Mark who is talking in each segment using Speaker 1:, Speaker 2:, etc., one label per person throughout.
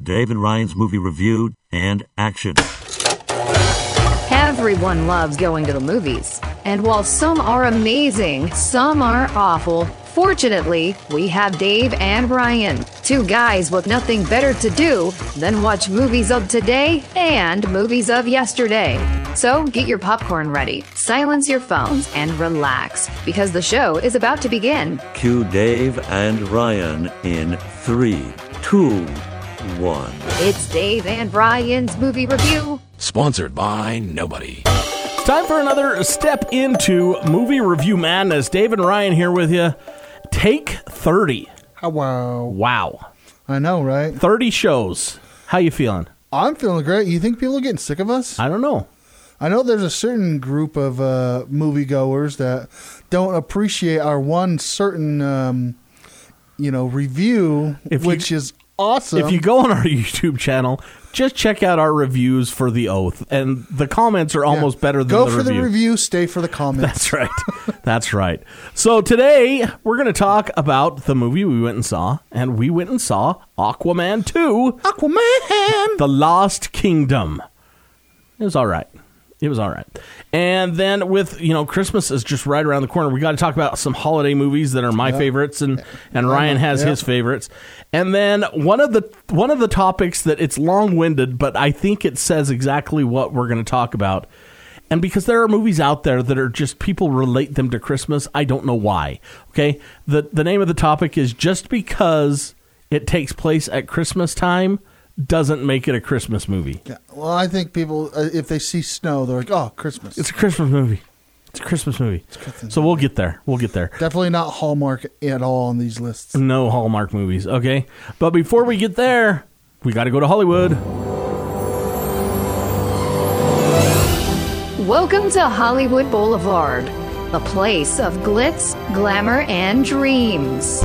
Speaker 1: Dave and Ryan's movie review and action.
Speaker 2: Everyone loves going to the movies. And while some are amazing, some are awful. Fortunately, we have Dave and Ryan, two guys with nothing better to do than watch movies of today and movies of yesterday. So get your popcorn ready, silence your phones, and relax because the show is about to begin.
Speaker 1: Cue Dave and Ryan in three, two, one.
Speaker 2: It's Dave and Ryan's movie review.
Speaker 3: Sponsored by nobody.
Speaker 4: Time for another step into movie review madness. Dave and Ryan here with you. Take 30.
Speaker 5: Oh, wow.
Speaker 4: Wow.
Speaker 5: I know, right?
Speaker 4: 30 shows. How you feeling?
Speaker 5: I'm feeling great. You think people are getting sick of us?
Speaker 4: I don't know.
Speaker 5: I know there's a certain group of uh, moviegoers that don't appreciate our one certain, um, you know, review,
Speaker 4: If you-
Speaker 5: which is awesome.
Speaker 4: If you go on our YouTube channel, just check out our reviews for The Oath. And the comments are
Speaker 5: Yeah.
Speaker 4: almost better than
Speaker 5: go
Speaker 4: the
Speaker 5: for
Speaker 4: review.
Speaker 5: the review, stay for the comments.
Speaker 4: That's right. That's right. So today we're going to talk about the movie we went and saw, and we went and saw Aquaman 2
Speaker 5: Aquaman.
Speaker 4: The Lost Kingdom. It was all right. It was all right. And then with, you know, Christmas is just right around the corner. We got to talk about some holiday movies that are my favorites and and Ryan has
Speaker 5: yeah.
Speaker 4: his favorites. And then one of the one of the topics that it's long-winded, but I think it says exactly what we're going to talk about. And because there are movies out there that are just people relate them to Christmas, I don't know why. Okay? The the name of the topic is just because it takes place at Christmas time doesn't make it a Christmas movie.
Speaker 5: Yeah, Well, I think people, uh, if they see snow, they're like, "Oh, Christmas."
Speaker 4: It's a Christmas movie. It's a Christmas movie. So we'll get there. We'll get there.
Speaker 5: definitely not Hallmark at all on these lists.
Speaker 4: No Hallmark movies, okay? But before we get there, we got to go to Hollywood.
Speaker 2: Welcome to Hollywood Boulevard, a place of glitz, glamour, and dreams.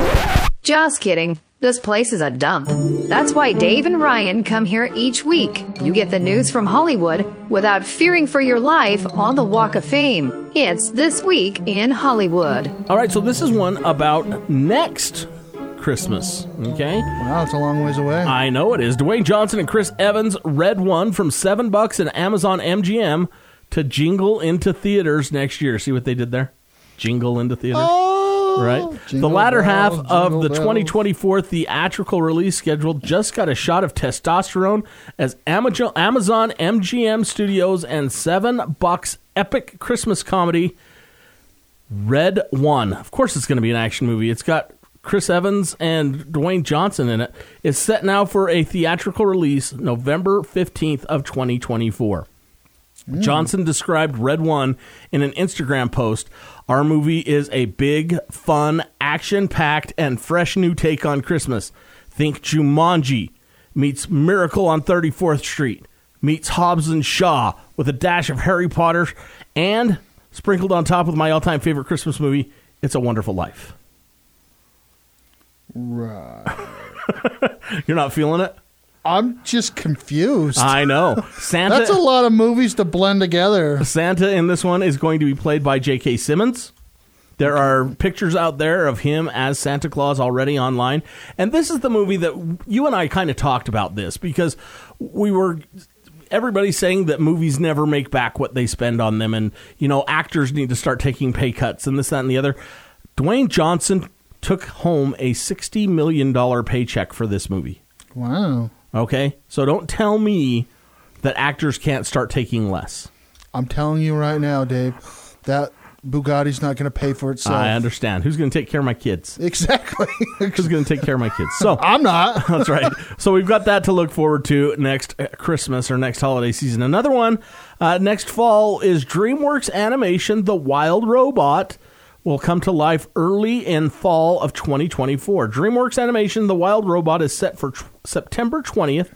Speaker 2: Just kidding. This place is a dump. That's why Dave and Ryan come here each week. You get the news from Hollywood without fearing for your life on the Walk of Fame. It's This Week in Hollywood.
Speaker 4: All right, so this is one about next Christmas, okay?
Speaker 5: Wow, it's a long ways away.
Speaker 4: I know it is. Dwayne Johnson and Chris Evans read one from 7 bucks in Amazon MGM to jingle into theaters next year. See what they did there? Jingle into theaters. right?
Speaker 5: Jingle
Speaker 4: the latter
Speaker 5: bells,
Speaker 4: half of
Speaker 5: jingle
Speaker 4: the
Speaker 5: bells.
Speaker 4: 2024 theatrical release schedule just got a shot of testosterone as Amazon, Amazon MGM Studios and Seven Bucks epic Christmas comedy Red One. Of course, it's going to be an action movie. It's got Chris Evans and Dwayne Johnson in it. It's set now for a theatrical release November 15th of 2024.
Speaker 5: Mm.
Speaker 4: Johnson described Red One in an Instagram post. Our movie is a big, fun, action packed, and fresh new take on Christmas. Think Jumanji meets Miracle on 34th Street, meets Hobbs and Shaw with a dash of Harry Potter, and sprinkled on top with my all time favorite Christmas movie, It's a Wonderful Life.
Speaker 5: Right.
Speaker 4: You're not feeling it?
Speaker 5: I'm just confused.
Speaker 4: I know. Santa.
Speaker 5: That's a lot of movies to blend together.
Speaker 4: Santa in this one is going to be played by J.K. Simmons. There are pictures out there of him as Santa Claus already online. And this is the movie that you and I kind of talked about this because we were everybody's saying that movies never make back what they spend on them and you know actors need to start taking pay cuts and this that and the other. Dwayne Johnson took home a 60 million dollar paycheck for this movie.
Speaker 5: Wow.
Speaker 4: Okay? So don't tell me that actors can't start taking less.
Speaker 5: I'm telling you right now, Dave, that Bugatti's not going to pay for itself.
Speaker 4: I understand. Who's going to take care of my kids?
Speaker 5: Exactly.
Speaker 4: Who's going to take care of my kids? So
Speaker 5: I'm not.
Speaker 4: Ah, that's right. So we've got that to look forward to next uh, Christmas or next holiday season. Another one uh, next fall is DreamWorks Animation The Wild Robot will come to life early in fall of 2024. DreamWorks Animation The Wild Robot is set for tw- September 20th.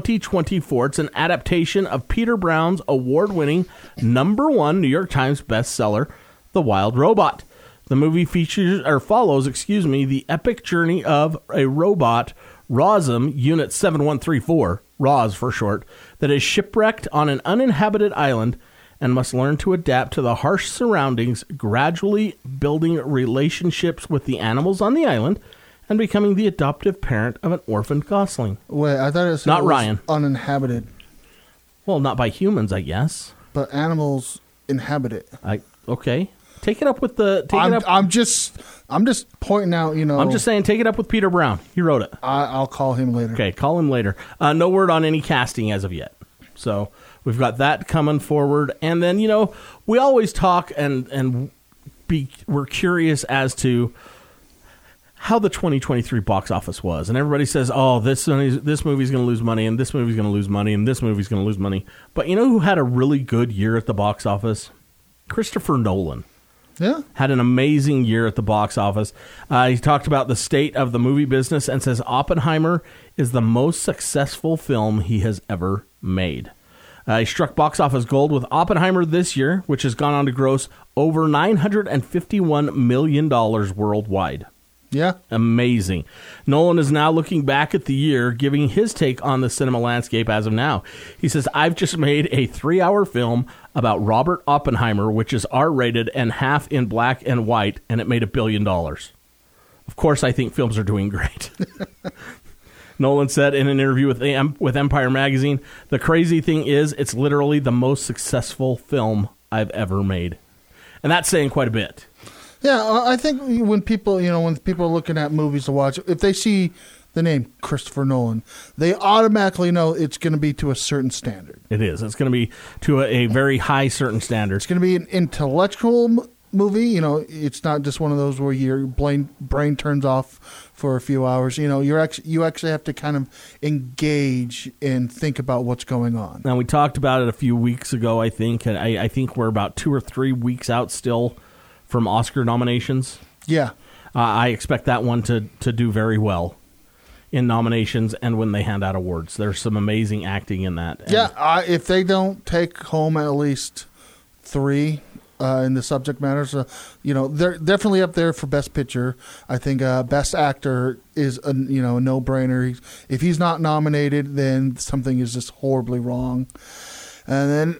Speaker 4: 2024. It's an adaptation of Peter Brown's award winning number one New York Times bestseller, The Wild Robot. The movie features or follows, excuse me, the epic journey of a robot, Rosum Unit 7134, Roz for short, that is shipwrecked on an uninhabited island and must learn to adapt to the harsh surroundings, gradually building relationships with the animals on the island and becoming the adoptive parent of an orphaned Gosling.
Speaker 5: Wait, I thought it was
Speaker 4: Not
Speaker 5: it was
Speaker 4: Ryan.
Speaker 5: Uninhabited,
Speaker 4: Well, not by humans, I guess.
Speaker 5: but animals inhabit it.
Speaker 4: I okay. Take it up with the. Take
Speaker 5: I'm,
Speaker 4: it up.
Speaker 5: I'm just, I'm just pointing out. You know,
Speaker 4: I'm just saying, take it up with Peter Brown. He wrote it.
Speaker 5: I, I'll call him later.
Speaker 4: Okay, call him later. Uh, no word on any casting as of yet. So we've got that coming forward, and then you know we always talk and and be we're curious as to how the 2023 box office was, and everybody says, "Oh, this movie's- this movie's going to lose money, and this movie's going to lose money, and this movie's going to lose money." But you know who had a really good year at the box office? Christopher Nolan
Speaker 5: Yeah.
Speaker 4: had an amazing year at the box office. Uh, he talked about the state of the movie business and says Oppenheimer is the most successful film he has ever made. Uh, he struck box office gold with Oppenheimer this year, which has gone on to gross over $951 million worldwide
Speaker 5: Yeah.
Speaker 4: amazing. Nolan is now looking back at the year, giving his take on the cinema landscape as of now. He says, I've just made a three hour film about Robert Oppenheimer, which is R rated and half in black and white, and it made a billion dollars. Of course, I think films are doing great. Nolan said in an interview with Am- with Empire magazine, "The crazy thing is, it's literally the most successful film I've ever made," and that's saying quite a bit.
Speaker 5: Yeah, uh, I I think when people, you know, when people are looking at movies to watch, if they see the name Christopher Nolan, they automatically know it's going to be to a certain standard.
Speaker 4: It is. It's going to be to a, a very high certain standard.
Speaker 5: It's going to be an intellectual m- movie. You know, it's not just one of those where your brain brain turns off for a few hours. You know, you're actually you actually have to kind of engage and think about what's going on.
Speaker 4: Now we talked about it a few weeks ago, I think, and I, I think we're about two or three weeks out still from Oscar nominations.
Speaker 5: Yeah,
Speaker 4: Uh, I expect that one to to do very well in nominations and when they hand out awards. There's some amazing acting in that. And
Speaker 5: yeah. I, if they don't take home at least three. Uh, in the subject matters, uh, you know, they're definitely up there for best picture. I think uh, best actor is a you know no brainer. If he's not nominated, then something is just horribly wrong. And then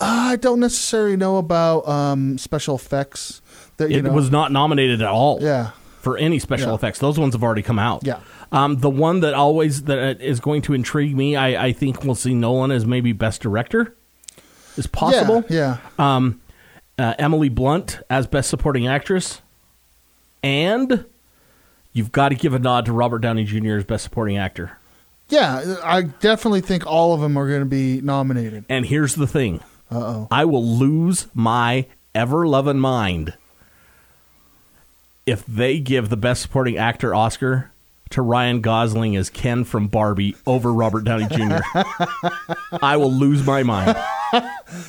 Speaker 5: uh, I don't necessarily know about um, special effects. That you
Speaker 4: it
Speaker 5: know,
Speaker 4: was not nominated at all.
Speaker 5: yeah,
Speaker 4: for any special
Speaker 5: Yeah.
Speaker 4: effects. Those ones have already come out.
Speaker 5: Yeah.
Speaker 4: Um, the one that always that is going to intrigue me, I, I think we'll see Nolan as maybe best director. Is possible.
Speaker 5: Yeah, yeah.
Speaker 4: um, uh, Emily Blunt as Best Supporting Actress, and you've got to give a nod to Robert Downey Jr. as Best Supporting Actor.
Speaker 5: yeah. I definitely think all of them are going to be nominated.
Speaker 4: And here's the thing: Uh-oh. I will lose my ever loving mind if they give the Best Supporting Actor Oscar to Ryan Gosling as Ken from Barbie over Robert Downey Jr. I will lose my mind.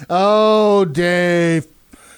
Speaker 5: Oh, Dave,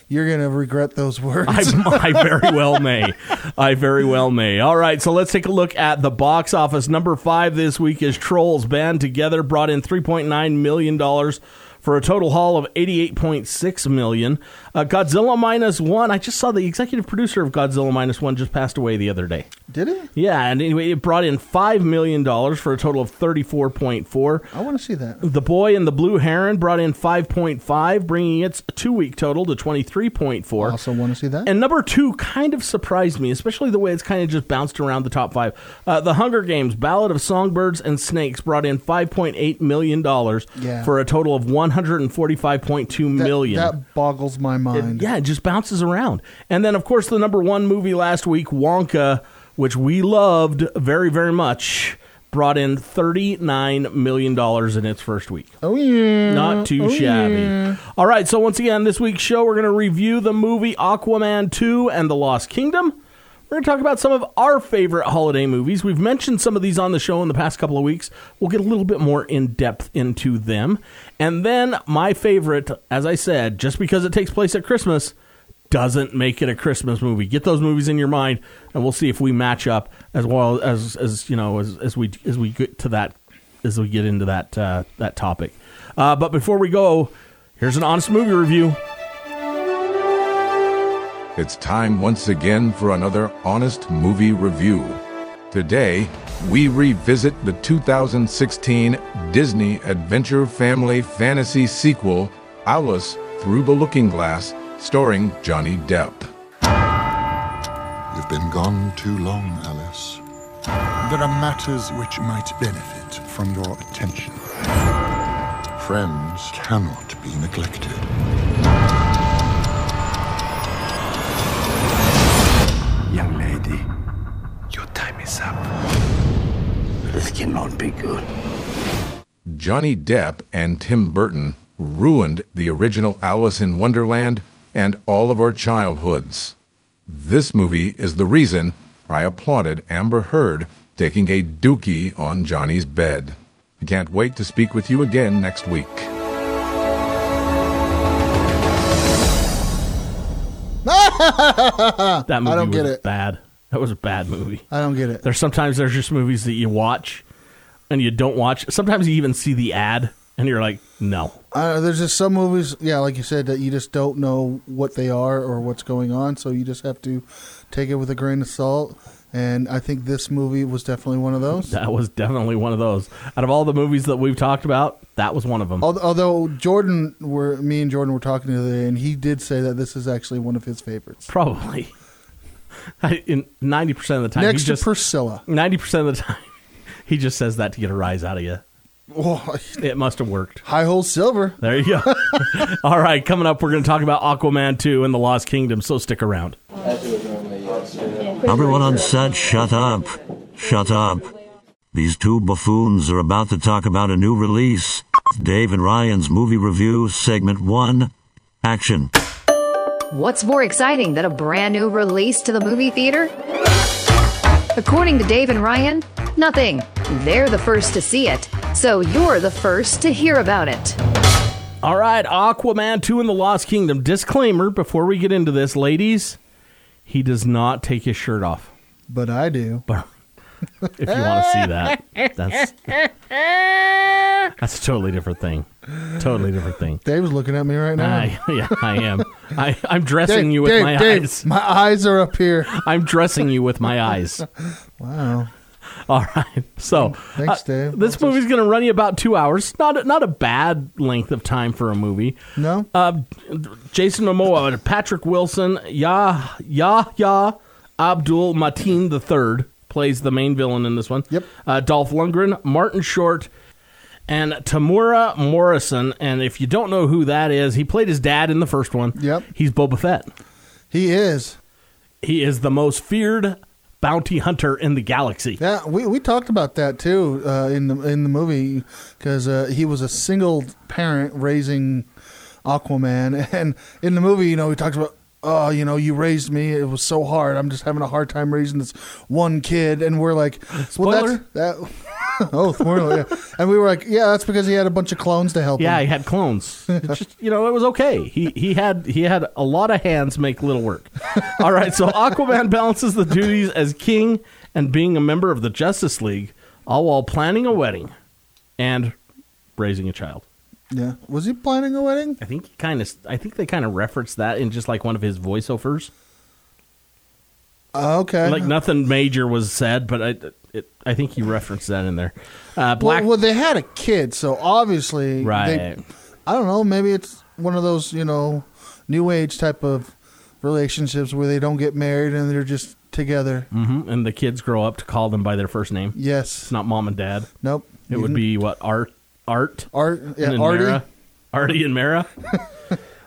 Speaker 5: you're going to regret those words.
Speaker 4: I, I very well may. I very well may. All right, so let's take a look at the box office. Number five this week is Trolls Band Together brought in three point nine million dollars for a total haul of eighty eight point six million. Uh, Godzilla minus one. I just saw the executive producer of Godzilla minus one just passed away the other day.
Speaker 5: Did it?
Speaker 4: Yeah, and anyway, it brought in five million dollars for a total of thirty four point four.
Speaker 5: I want to see that.
Speaker 4: The Boy and the Blue Heron brought in 5.5, bringing its two week total to 23.4.
Speaker 5: Also want to see that.
Speaker 4: And number two kind of surprised me, especially the way it's kind of just bounced around the top five. Uh, the Hunger Games, Ballad of Songbirds and Snakes, brought in five point eight million dollars
Speaker 5: Yeah.
Speaker 4: for a total of one hundred and forty-five point two
Speaker 5: That-
Speaker 4: million.
Speaker 5: That, boggles my mind.
Speaker 4: yeah, it just bounces around. And then, of course, the number one movie last week, Wonka, which we loved very, very much, brought in thirty-nine million dollars in its first week.
Speaker 5: Oh yeah.
Speaker 4: Not too shabby. All right, so once again, this week's show, we're going to review the movie Aquaman 2 and The Lost Kingdom. We're going to talk about some of our favorite holiday movies. We've mentioned some of these on the show in the past couple of weeks. We'll get a little bit more in depth into them. And then, my favorite, as I said, just because it takes place at Christmas doesn't make it a Christmas movie. Get those movies in your mind, and we'll see if we match up as well as, as you know, as, as, we, as we get to that as we get into that uh, that topic. Uh, but before we go, here's an honest movie review.
Speaker 3: It's time once again for another honest movie review. Today, we revisit the 2016 Disney adventure family fantasy sequel, Alice Through the Looking Glass, starring Johnny Depp.
Speaker 6: You've been gone too long, Alice. There are matters which might benefit from your attention. Friends cannot be neglected.
Speaker 7: Young lady, your time is up. This cannot be good.
Speaker 3: Johnny Depp and Tim Burton ruined the original Alice in Wonderland and all of our childhoods. This movie is the reason I applauded Amber Heard taking a dookie on Johnny's bed. I can't wait to speak with you again next week.
Speaker 4: That movie
Speaker 5: don't
Speaker 4: was
Speaker 5: get it.
Speaker 4: bad. That was a bad movie.
Speaker 5: I don't get it.
Speaker 4: There's sometimes there's just movies that you watch and you don't watch. Sometimes you even see the ad and you're like, no.
Speaker 5: Uh, there's just some movies, yeah, like you said, that you just don't know what they are or what's going on, so you just have to take it with a grain of salt. And I think this movie was definitely one of those.
Speaker 4: That was definitely one of those. Out of all the movies that we've talked about, that was one of them.
Speaker 5: Al- Although Jordan, were me and Jordan were talking the other day, and he did say that this is actually one of his favorites.
Speaker 4: Probably. I, in 90% of the time,
Speaker 5: Next
Speaker 4: he
Speaker 5: to
Speaker 4: just,
Speaker 5: Priscilla.
Speaker 4: 90% of the time, he just says that to get a rise out of you.
Speaker 5: Oh,
Speaker 4: It must have worked.
Speaker 5: high hole silver.
Speaker 4: There you go. all right, coming up, we're going to talk about Aquaman 2 and the Lost Kingdom, so stick around.
Speaker 1: Everyone on set, shut up. Shut up. These two buffoons are about to talk about a new release. Dave and Ryan's movie review, segment one. Action.
Speaker 2: What's more exciting than a brand new release to the movie theater? According to Dave and Ryan, nothing. They're the first to see it, so you're the first to hear about it.
Speaker 4: All right, Aquaman 2 and the Lost Kingdom. Disclaimer before we get into this, ladies, he does not take his shirt off.
Speaker 5: But I do.
Speaker 4: But if you want to see that, that's that's a totally different thing. Totally different thing.
Speaker 5: Dave's looking at me right now.
Speaker 4: I, yeah, I am. I, I'm
Speaker 5: Dave,
Speaker 4: dressing you with
Speaker 5: Dave,
Speaker 4: my
Speaker 5: Dave,
Speaker 4: eyes.
Speaker 5: my eyes are up here.
Speaker 4: I'm dressing you with my eyes.
Speaker 5: Wow.
Speaker 4: All right. So
Speaker 5: Thanks,
Speaker 4: uh,
Speaker 5: Dave.
Speaker 4: this movie's going to run you about two hours. Not a, not a bad length of time for a movie.
Speaker 5: No?
Speaker 4: Uh, Jason Momoa, Patrick Wilson, Yah Yahya Abdul Mateen III plays the main villain in this one.
Speaker 5: Yep.
Speaker 4: Uh, Dolph Lundgren, Martin Short, and Tamura Morrison. And if you don't know who that is, he played his dad in the first one.
Speaker 5: Yep.
Speaker 4: He's Boba Fett.
Speaker 5: He is.
Speaker 4: He is the most feared bounty hunter in the galaxy.
Speaker 5: Yeah, we, we talked about that too uh, in the in the movie because uh, he was a single parent raising Aquaman, and in the movie, you know, he talks about. Oh, you know, you raised me. It was so hard. I'm just having a hard time raising this one kid, and we're like,
Speaker 4: Spoiler.
Speaker 5: Well, that's, that oh, spoiler. yeah. And we were like, yeah, that's because he had a bunch of clones to help
Speaker 4: Yeah,
Speaker 5: him.
Speaker 4: he had clones. It's just, you know, it was okay. He he had he had a lot of hands make little work. All right, so Aquaman balances the duties as king and being a member of the Justice League, all while planning a wedding and raising a child.
Speaker 5: Yeah. Was he planning a wedding?
Speaker 4: I think he kind of I think they kind of referenced that in just like one of his voiceovers.
Speaker 5: Uh, okay.
Speaker 4: Like nothing major was said, but I it, I think he referenced that in there. Uh, Black
Speaker 5: Well, well, they had a kid, so obviously,
Speaker 4: right.
Speaker 5: They, I don't know. Maybe it's one of those, you know, new age type of relationships where they don't get married and they're just together.
Speaker 4: hmm And the kids grow up to call them by their first name. It's
Speaker 5: Yes.
Speaker 4: not mom and dad.
Speaker 5: Nope.
Speaker 4: It would be what art, art,
Speaker 5: art. Mm-hmm. Yeah,
Speaker 4: and then
Speaker 5: Artie.
Speaker 4: Mara? Artie and Mara.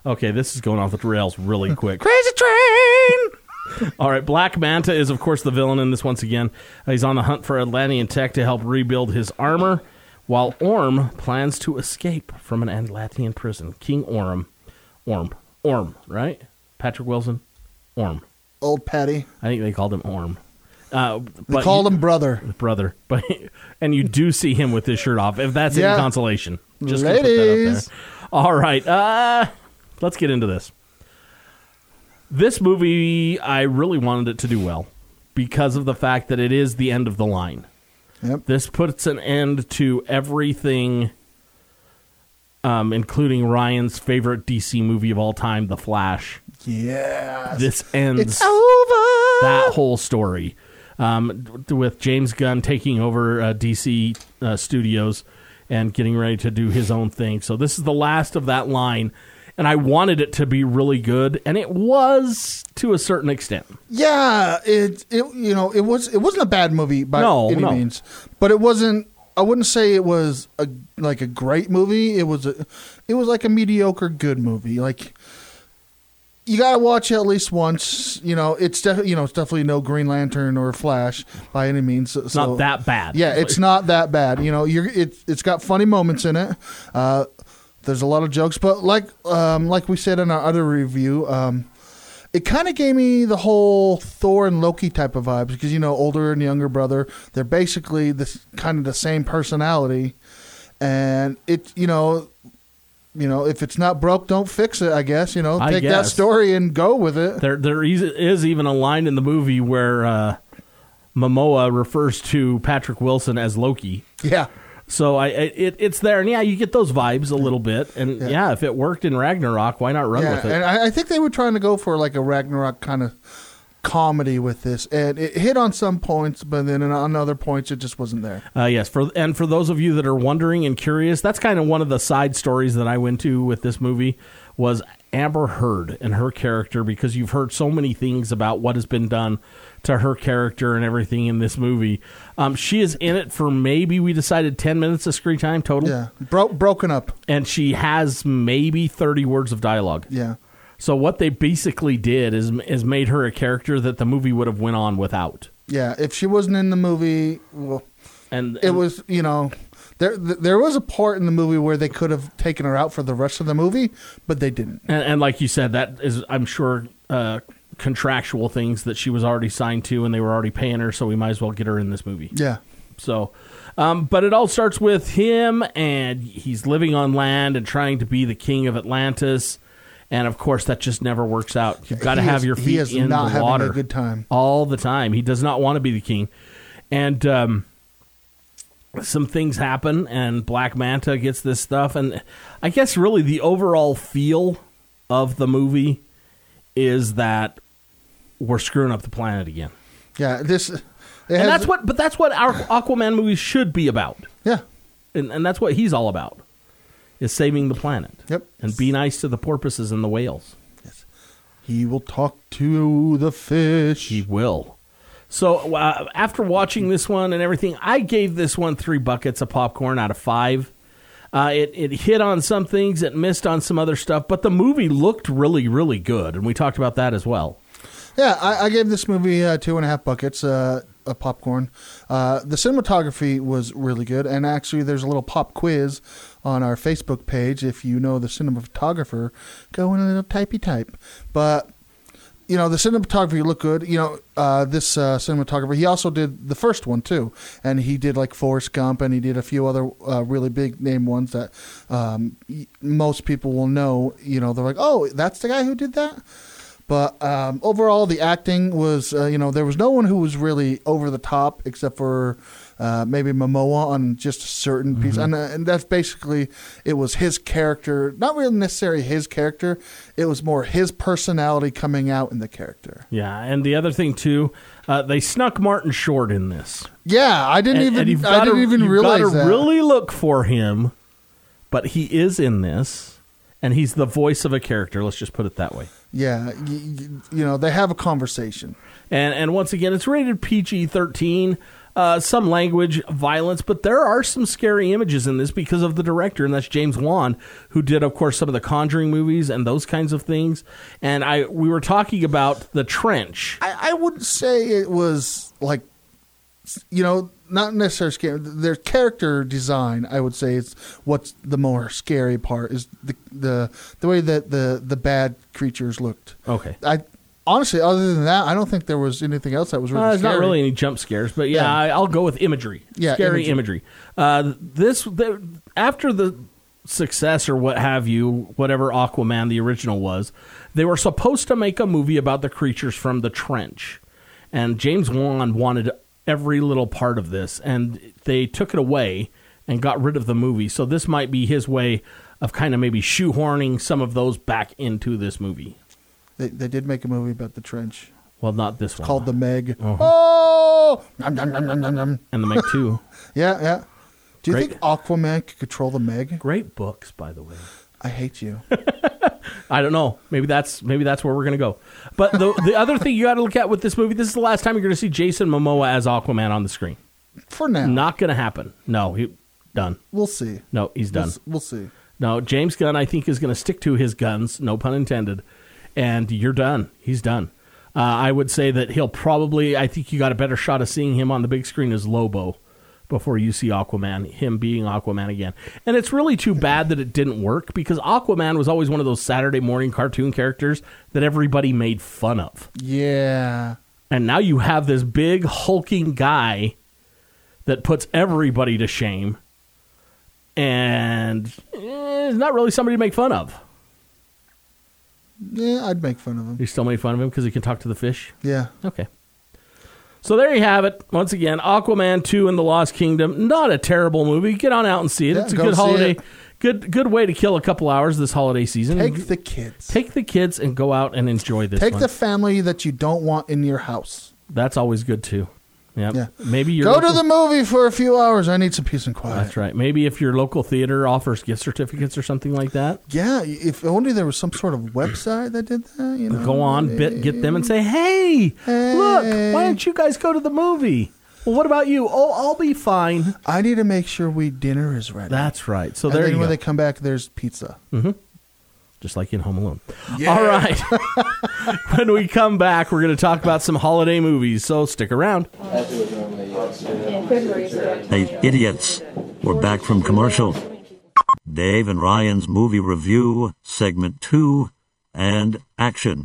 Speaker 4: okay, this is going off the rails really quick.
Speaker 5: Crazy train.
Speaker 4: All right, Black Manta is of course the villain in this once again. Uh, he's on the hunt for Atlantean tech to help rebuild his armor, while Orm plans to escape from an Atlantean prison. King Orm, Orm, Orm, right? Patrick Wilson, Orm.
Speaker 5: Old Patty.
Speaker 4: I think they called him Orm. Uh,
Speaker 5: They
Speaker 4: but
Speaker 5: called him brother.
Speaker 4: brother, but and you do see him with his shirt off. If that's
Speaker 5: Yeah.
Speaker 4: any consolation, just gonna put that out there.
Speaker 5: Ladies.
Speaker 4: All right, uh, let's get into this. This movie, I really wanted it to do well because of the fact that it is the end of the line.
Speaker 5: Yep.
Speaker 4: This puts an end to everything, um, including Ryan's favorite DC movie of all time, The Flash.
Speaker 5: Yeah.
Speaker 4: This ends
Speaker 5: It's over.
Speaker 4: that whole story um, d- with James Gunn taking over uh, DC uh, Studios and getting ready to do his own thing. So this is the last of that line, and I wanted it to be really good, and it was to a certain extent.
Speaker 5: Yeah, it it you know it was it wasn't a bad movie by
Speaker 4: No,
Speaker 5: any
Speaker 4: no.
Speaker 5: means, but it wasn't. I wouldn't say it was a like a great movie. It was a it was like a mediocre good movie. Like you gotta watch it at least once. You know, it's definitely you know it's definitely no Green Lantern or Flash by any means. So,
Speaker 4: It's not that bad.
Speaker 5: yeah, it's not that bad. You know, you're it, it's got funny moments in it. Uh, there's a lot of jokes, but like um, like we said in our other review, um, it kind of gave me the whole Thor and Loki type of vibes because you know, older and younger brother, they're basically this kind of the same personality, and it you know. You know, if it's not broke, don't fix it. I guess you know.
Speaker 4: I
Speaker 5: Take that
Speaker 4: guess.
Speaker 5: story and go with it.
Speaker 4: There, there is, is even a line in the movie where uh, Momoa refers to Patrick Wilson as Loki.
Speaker 5: Yeah,
Speaker 4: So I, I it, it's there, and yeah, you get those vibes a little bit, and yeah, if it worked in Ragnarok, why not run with it?
Speaker 5: And I, I think they were trying to go for like a Ragnarok kind of comedy with this, and it hit on some points, but then on other points it just wasn't there.
Speaker 4: Uh, yes, for and for those of you that are wondering and curious, that's kind of one of the side stories that I went to with this movie was Amber Heard and her character because you've heard so many things about what has been done to her character and everything in this movie. Um, she is in it for maybe we decided ten minutes of screen time total,
Speaker 5: Yeah, Bro- broken up.
Speaker 4: and she has maybe thirty words of dialogue.
Speaker 5: Yeah,
Speaker 4: So what they basically did is is made her a character that the movie would have went on without.
Speaker 5: yeah. If she wasn't in the movie, well,
Speaker 4: And
Speaker 5: it
Speaker 4: and-
Speaker 5: was you know. There, th- there was a part in the movie where they could have taken her out for the rest of the movie, but they didn't.
Speaker 4: And, and like you said, that is, I'm sure, uh, contractual things that she was already signed to and they were already paying her, so we might as well get her in this movie.
Speaker 5: Yeah,
Speaker 4: So, um, but it all starts with him and he's living on land and trying to be the king of Atlantis. And of course, that just never works out. You've got to
Speaker 5: He
Speaker 4: have
Speaker 5: is-
Speaker 4: your
Speaker 5: he
Speaker 4: feet
Speaker 5: is
Speaker 4: in
Speaker 5: not
Speaker 4: the
Speaker 5: having a
Speaker 4: water
Speaker 5: good time.
Speaker 4: all the time. He does not want to be the king, and um, some things happen. And Black Manta gets this stuff, and I guess really the overall feel of the movie is that we're screwing up the planet again,
Speaker 5: yeah. This, it
Speaker 4: and
Speaker 5: has-
Speaker 4: that's what. But that's what our Aquaman movies should be about,
Speaker 5: Yeah,
Speaker 4: and and that's what he's all about, is saving the planet.
Speaker 5: Yep.
Speaker 4: and be nice to the porpoises and the whales.
Speaker 5: he will talk to the fish.
Speaker 4: He will. So uh, after watching this one and everything, I gave this one three buckets of popcorn out of five. Uh, it it hit on some things, it missed on some other stuff, but the movie looked really really good, and we talked about that as well.
Speaker 5: Yeah, I, I gave this movie uh, two and a half buckets uh, of popcorn. Uh, the cinematography was really good, and actually, there's a little pop quiz on our Facebook page. If you know the cinematographer, go in a little typey type. But you know, the cinematography looked good. You know, uh, this uh, cinematographer, he also did the first one too, and he did like Forrest Gump, and he did a few other uh, really big name ones that um, y- most people will know. You know, they're like, oh, that's the guy who did that. But um, overall, the acting was, uh, you know, there was no one who was really over the top except for uh, maybe Momoa on just a certain
Speaker 4: Mm-hmm.
Speaker 5: piece. And, uh, and that's basically, it was his character, not really necessarily his character, it was more his personality coming out in the character.
Speaker 4: Yeah, and the other thing too, uh, they snuck Martin Short in this.
Speaker 5: Yeah, I didn't
Speaker 4: And- and
Speaker 5: even,
Speaker 4: you've
Speaker 5: I
Speaker 4: gotta-
Speaker 5: didn't even
Speaker 4: you've
Speaker 5: realize
Speaker 4: gotta
Speaker 5: that.
Speaker 4: really look for him, but he is in this, and he's the voice of a character. Let's just put it that way.
Speaker 5: Yeah, y- y- you know, they have a conversation.
Speaker 4: And and once again, it's rated PG thirteen. Uh, some language violence, but there are some scary images in this because of the director, and that's James Wan, who did, of course, some of the Conjuring movies and those kinds of things. And I we were talking about the trench.
Speaker 5: I, I wouldn't say it was like, you know, not necessarily scary. Their character design, I would say, is what's the more scary part is the the the way that the the bad creatures looked.
Speaker 4: Okay,
Speaker 5: I honestly, other than that, I don't think there was anything else that was really.
Speaker 4: Uh, there's not
Speaker 5: scary.
Speaker 4: really any jump scares, but yeah,
Speaker 5: Yeah.
Speaker 4: I, I'll go with imagery.
Speaker 5: Yeah,
Speaker 4: scary imagery.
Speaker 5: imagery.
Speaker 4: Uh, this the, after the success or what have you, whatever Aquaman the original was, they were supposed to make a movie about the creatures from the trench, and James Wan wanted every little part of this, and they took it away and got rid of the movie. So this might be his way of kind of maybe shoehorning some of those back into this movie.
Speaker 5: They, they did make a movie about the trench
Speaker 4: Well, not this one
Speaker 5: called The Meg.
Speaker 4: Uh-huh.
Speaker 5: Oh, nom, nom, nom, nom, nom, nom.
Speaker 4: and the Meg Two.
Speaker 5: yeah, yeah. Do you
Speaker 4: Great.
Speaker 5: think Aquaman could control the Meg?
Speaker 4: Great books, by the way.
Speaker 5: I hate you.
Speaker 4: I don't know. Maybe that's maybe that's where we're gonna go. But the the other thing you got to look at with this movie, this is the last time you're gonna see Jason Momoa as Aquaman on the screen.
Speaker 5: For now,
Speaker 4: Not gonna happen. No, he done.
Speaker 5: we'll see.
Speaker 4: No, he's
Speaker 5: We'll
Speaker 4: done.
Speaker 5: s- We'll see.
Speaker 4: No, James Gunn, I think, is going to stick to his guns, no pun intended. And you're done. He's done. Uh, I would say that he'll probably, I think you got a better shot of seeing him on the big screen as Lobo before you see Aquaman, him being Aquaman again. And it's really too bad that it didn't work because Aquaman was always one of those Saturday morning cartoon characters that everybody made fun of.
Speaker 5: Yeah.
Speaker 4: And now you have this big hulking guy that puts everybody to shame and eh, is not really somebody to make fun of.
Speaker 5: Yeah, I'd make fun of him.
Speaker 4: You still made fun of him because he can talk to the fish?
Speaker 5: Yeah.
Speaker 4: Okay. So there you have it. Once again, Aquaman 2 and the Lost Kingdom. Not a terrible movie. Get on out and see it.
Speaker 5: Yeah,
Speaker 4: it's a
Speaker 5: go
Speaker 4: good
Speaker 5: see
Speaker 4: holiday.
Speaker 5: it.
Speaker 4: Good good way to kill a couple hours this holiday season.
Speaker 5: Take the kids.
Speaker 4: Mm-hmm. Take the kids and go out and enjoy this
Speaker 5: Take
Speaker 4: one.
Speaker 5: the family that you don't want in your house.
Speaker 4: That's always good too. Yep.
Speaker 5: Yeah.
Speaker 4: Maybe your
Speaker 5: Go
Speaker 4: local-
Speaker 5: to the movie for a few hours. I need some peace and quiet.
Speaker 4: That's right. Maybe if your local theater offers gift certificates or something like that,
Speaker 5: Yeah, if only there was some sort of website that did that. You know,
Speaker 4: go on, bit, get them, and say, "Hey, look, why don't you guys go to the movie?" Well, what about you? Oh, I'll be fine.
Speaker 5: I need to make sure we dinner is ready.
Speaker 4: That's right. So
Speaker 5: and
Speaker 4: there
Speaker 5: then
Speaker 4: you
Speaker 5: when
Speaker 4: go.
Speaker 5: they come back, there's pizza.
Speaker 4: Just like in Home Alone. All right. when we come back, we're going to talk about some holiday movies. So stick around.
Speaker 1: Hey, idiots. We're back from commercial. Dave and Ryan's movie review, segment two, and action.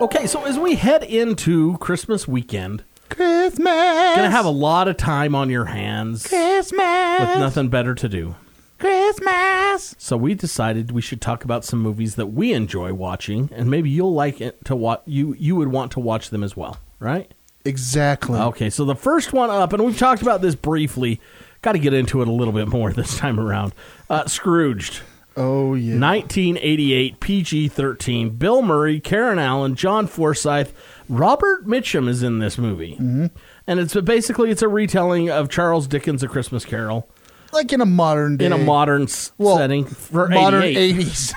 Speaker 4: Okay, so as we head into Christmas weekend,
Speaker 5: Christmas.
Speaker 4: gonna have a lot of time on your hands
Speaker 5: Christmas.
Speaker 4: with nothing better to do.
Speaker 5: Christmas.
Speaker 4: So we decided we should talk about some movies that we enjoy watching, and maybe you'll like it to watch. You you would want to watch them as well, right?
Speaker 5: Exactly.
Speaker 4: Okay, so the first one up, and we've talked about this briefly. Got to get into it a little bit more this time around. Uh, Scrooged,
Speaker 5: Oh yeah.
Speaker 4: 1988, PG 13. Bill Murray, Karen Allen, John Forsyth, Robert Mitchum is in this movie,
Speaker 5: Mm-hmm.
Speaker 4: and it's basically it's a retelling of Charles Dickens' A Christmas Carol
Speaker 5: like in a modern day.
Speaker 4: in a modern s-
Speaker 5: well,
Speaker 4: setting for
Speaker 5: modern
Speaker 4: 88.
Speaker 5: 80s.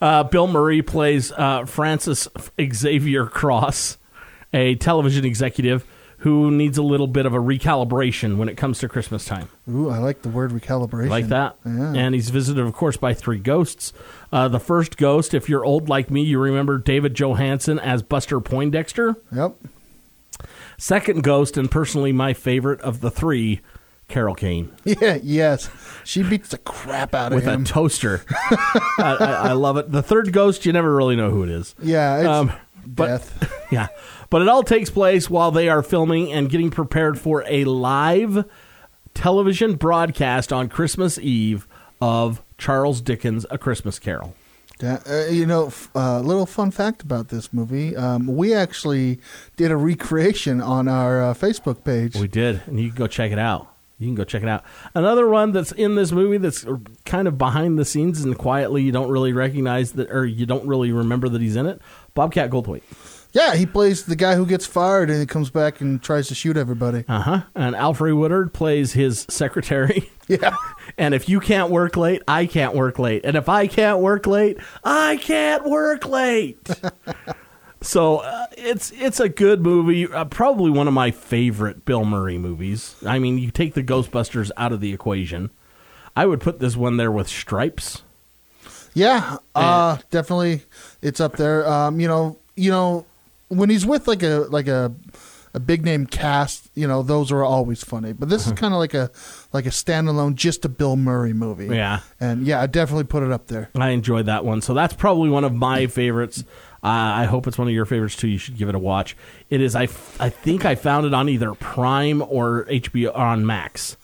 Speaker 4: Uh, Bill Murray plays uh, Francis Xavier Cross, a television executive who needs a little bit of a recalibration when it comes to Christmas time.
Speaker 5: Ooh, I like the word recalibration.
Speaker 4: Like that.
Speaker 5: Yeah.
Speaker 4: And he's visited, of course, by three ghosts. Uh, the first ghost, if you're old like me, you remember David Johansen as Buster Poindexter.
Speaker 5: Yep.
Speaker 4: Second ghost, and personally my favorite of the three, Carol Kane.
Speaker 5: Yeah. Yes. She beats the crap out of
Speaker 4: With
Speaker 5: him.
Speaker 4: a toaster. I, I, I love it. The third ghost, you never really know who it is.
Speaker 5: yeah. It's
Speaker 4: Um, but-
Speaker 5: death.
Speaker 4: yeah. But it all takes place while they are filming and getting prepared for a live television broadcast on Christmas Eve of Charles Dickens' A Christmas Carol.
Speaker 5: Yeah, uh, you know, f- uh, little fun fact about this movie: um, we actually did a recreation on our uh, Facebook page.
Speaker 4: We did, and you can go check it out. You can go check it out. Another one that's in this movie that's kind of behind the scenes and quietly you don't really recognize that or you don't really remember that he's in it. Bobcat Goldthwait.
Speaker 5: yeah, he plays the guy who gets fired and he comes back and tries to shoot everybody.
Speaker 4: Uh-huh. And Alfred Woodard plays his secretary.
Speaker 5: Yeah,
Speaker 4: And if you can't work late, I can't work late. And if I can't work late, I can't work late. so uh, it's it's a good movie. Uh, probably one of my favorite Bill Murray movies. I mean, you take the Ghostbusters out of the equation. I would put this one there with Stripes.
Speaker 5: yeah, uh, definitely, it's up there. Um, you know, you know, when he's with like a like a a big name cast, you know, those are always funny. But this is kind of like a like a standalone, just a Bill Murray movie.
Speaker 4: Yeah.
Speaker 5: and yeah, I definitely put it up there.
Speaker 4: I enjoyed that one. So that's probably one of my favorites. Uh, I hope it's one of your favorites too. You should give it a watch. It is. I, f- I think I found it on either Prime or HBO or on Max,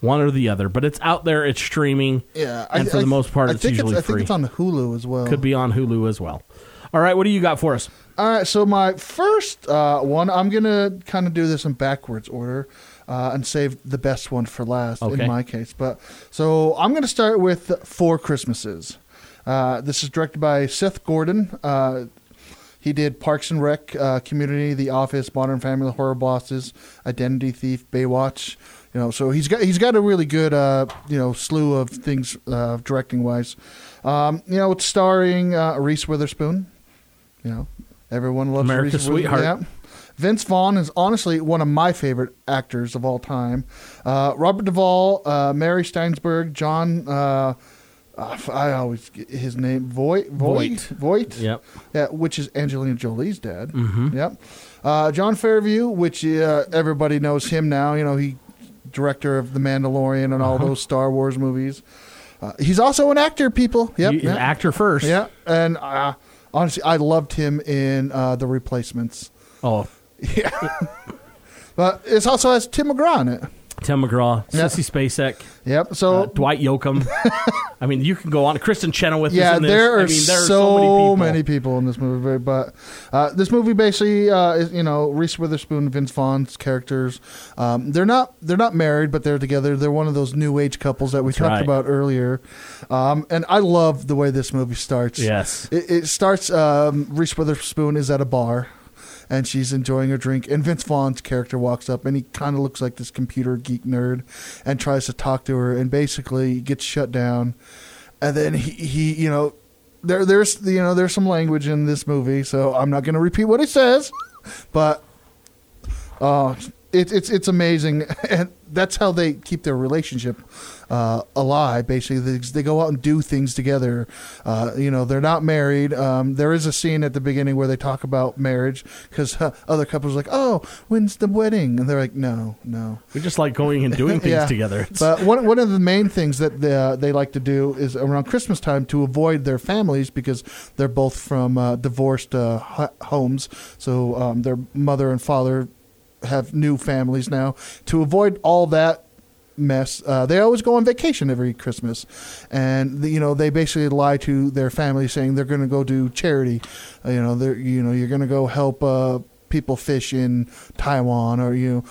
Speaker 4: one or the other. But it's out there. It's streaming.
Speaker 5: Yeah,
Speaker 4: and for the most part,
Speaker 5: I
Speaker 4: it's
Speaker 5: think
Speaker 4: usually
Speaker 5: it's, I
Speaker 4: free.
Speaker 5: think it's on Hulu as well.
Speaker 4: Could be on Hulu as well. All right, what do you got for us?
Speaker 5: All right, so my first uh, one, I'm gonna kind of do this in backwards order, uh, and save the best one for last
Speaker 4: Okay.
Speaker 5: in my case. But so I'm gonna start with Four Christmases. Uh, this is directed by Seth Gordon. Uh, he did Parks and Rec, uh, Community, The Office, Modern Family, Horror Bosses, Identity Thief, Baywatch. You know, so he's got he's got a really good uh, you know slew of things uh, directing wise. Um, you know, it's starring uh, Reese Witherspoon. You know, everyone loves
Speaker 4: America's
Speaker 5: Reese Witherspoon.
Speaker 4: sweetheart.
Speaker 5: Yeah. Vince Vaughn is honestly one of my favorite actors of all time. Uh, Robert Duvall, uh, Mary Steinsberg, John. Uh, uh, f- I always get his name Voight. Voight. Voight.
Speaker 4: Yep. Mm-hmm.
Speaker 5: Yeah, which is Angelina Jolie's dad. Yep. Uh, John Fairview, which uh, everybody knows him now. You know, he director of The Mandalorian and all
Speaker 4: Uh-huh.
Speaker 5: those Star Wars movies. Uh, he's also an actor, people. Yep.
Speaker 4: You-
Speaker 5: yep.
Speaker 4: Actor first.
Speaker 5: Yeah, and uh, honestly, I loved him in uh, the Replacements.
Speaker 4: Oh,
Speaker 5: But it also has Tim McGraw in it.
Speaker 4: Tim McGraw,
Speaker 5: Yeah.
Speaker 4: Sissy Spacek,
Speaker 5: Yep. So
Speaker 4: uh, Dwight Yoakum. I mean, you can go on. Kristen Chenoweth. is
Speaker 5: yeah,
Speaker 4: in this.
Speaker 5: there are,
Speaker 4: I mean, there are
Speaker 5: so,
Speaker 4: so
Speaker 5: many,
Speaker 4: many people.
Speaker 5: people in this movie. But uh, this movie basically, uh, is, you know, Reese Witherspoon, Vince Vaughn's characters. Um, they're not they're not married, but they're together. They're one of those new age couples that we talked
Speaker 4: right.
Speaker 5: about earlier. Um, and I love the way this movie starts.
Speaker 4: Yes.
Speaker 5: It, it starts. Um, Reese Witherspoon is at a bar, and she's enjoying her drink. And Vince Vaughn's character walks up, and he kind of looks like this computer geek nerd, and tries to talk to her, and basically gets shut down. And then he, he you know, there, there's, you know, there's some language in this movie, so I'm not going to repeat what he says, but uh, it, it's it's amazing, and that's how they keep their relationship uh, alive. Basically, they, they go out and do things together. Uh, you know, they're not married. Um, there is a scene at the beginning where they talk about marriage because other couples are like, "Oh, when's the wedding?" and they're like, "No, no."
Speaker 4: We just like going and doing things
Speaker 5: Yeah.
Speaker 4: together. It's-
Speaker 5: But one, one of the main things that they, uh, they like to do is around Christmas time to avoid their families because they're both from uh, divorced uh, ho- homes. So um, their mother and father have new families now. To avoid all that mess, uh, they always go on vacation every Christmas. And, the- you know, they basically lie to their family saying they're going to go do charity. Uh, you know, they're, you know, you're going to go help uh, people fish in Taiwan or, you know,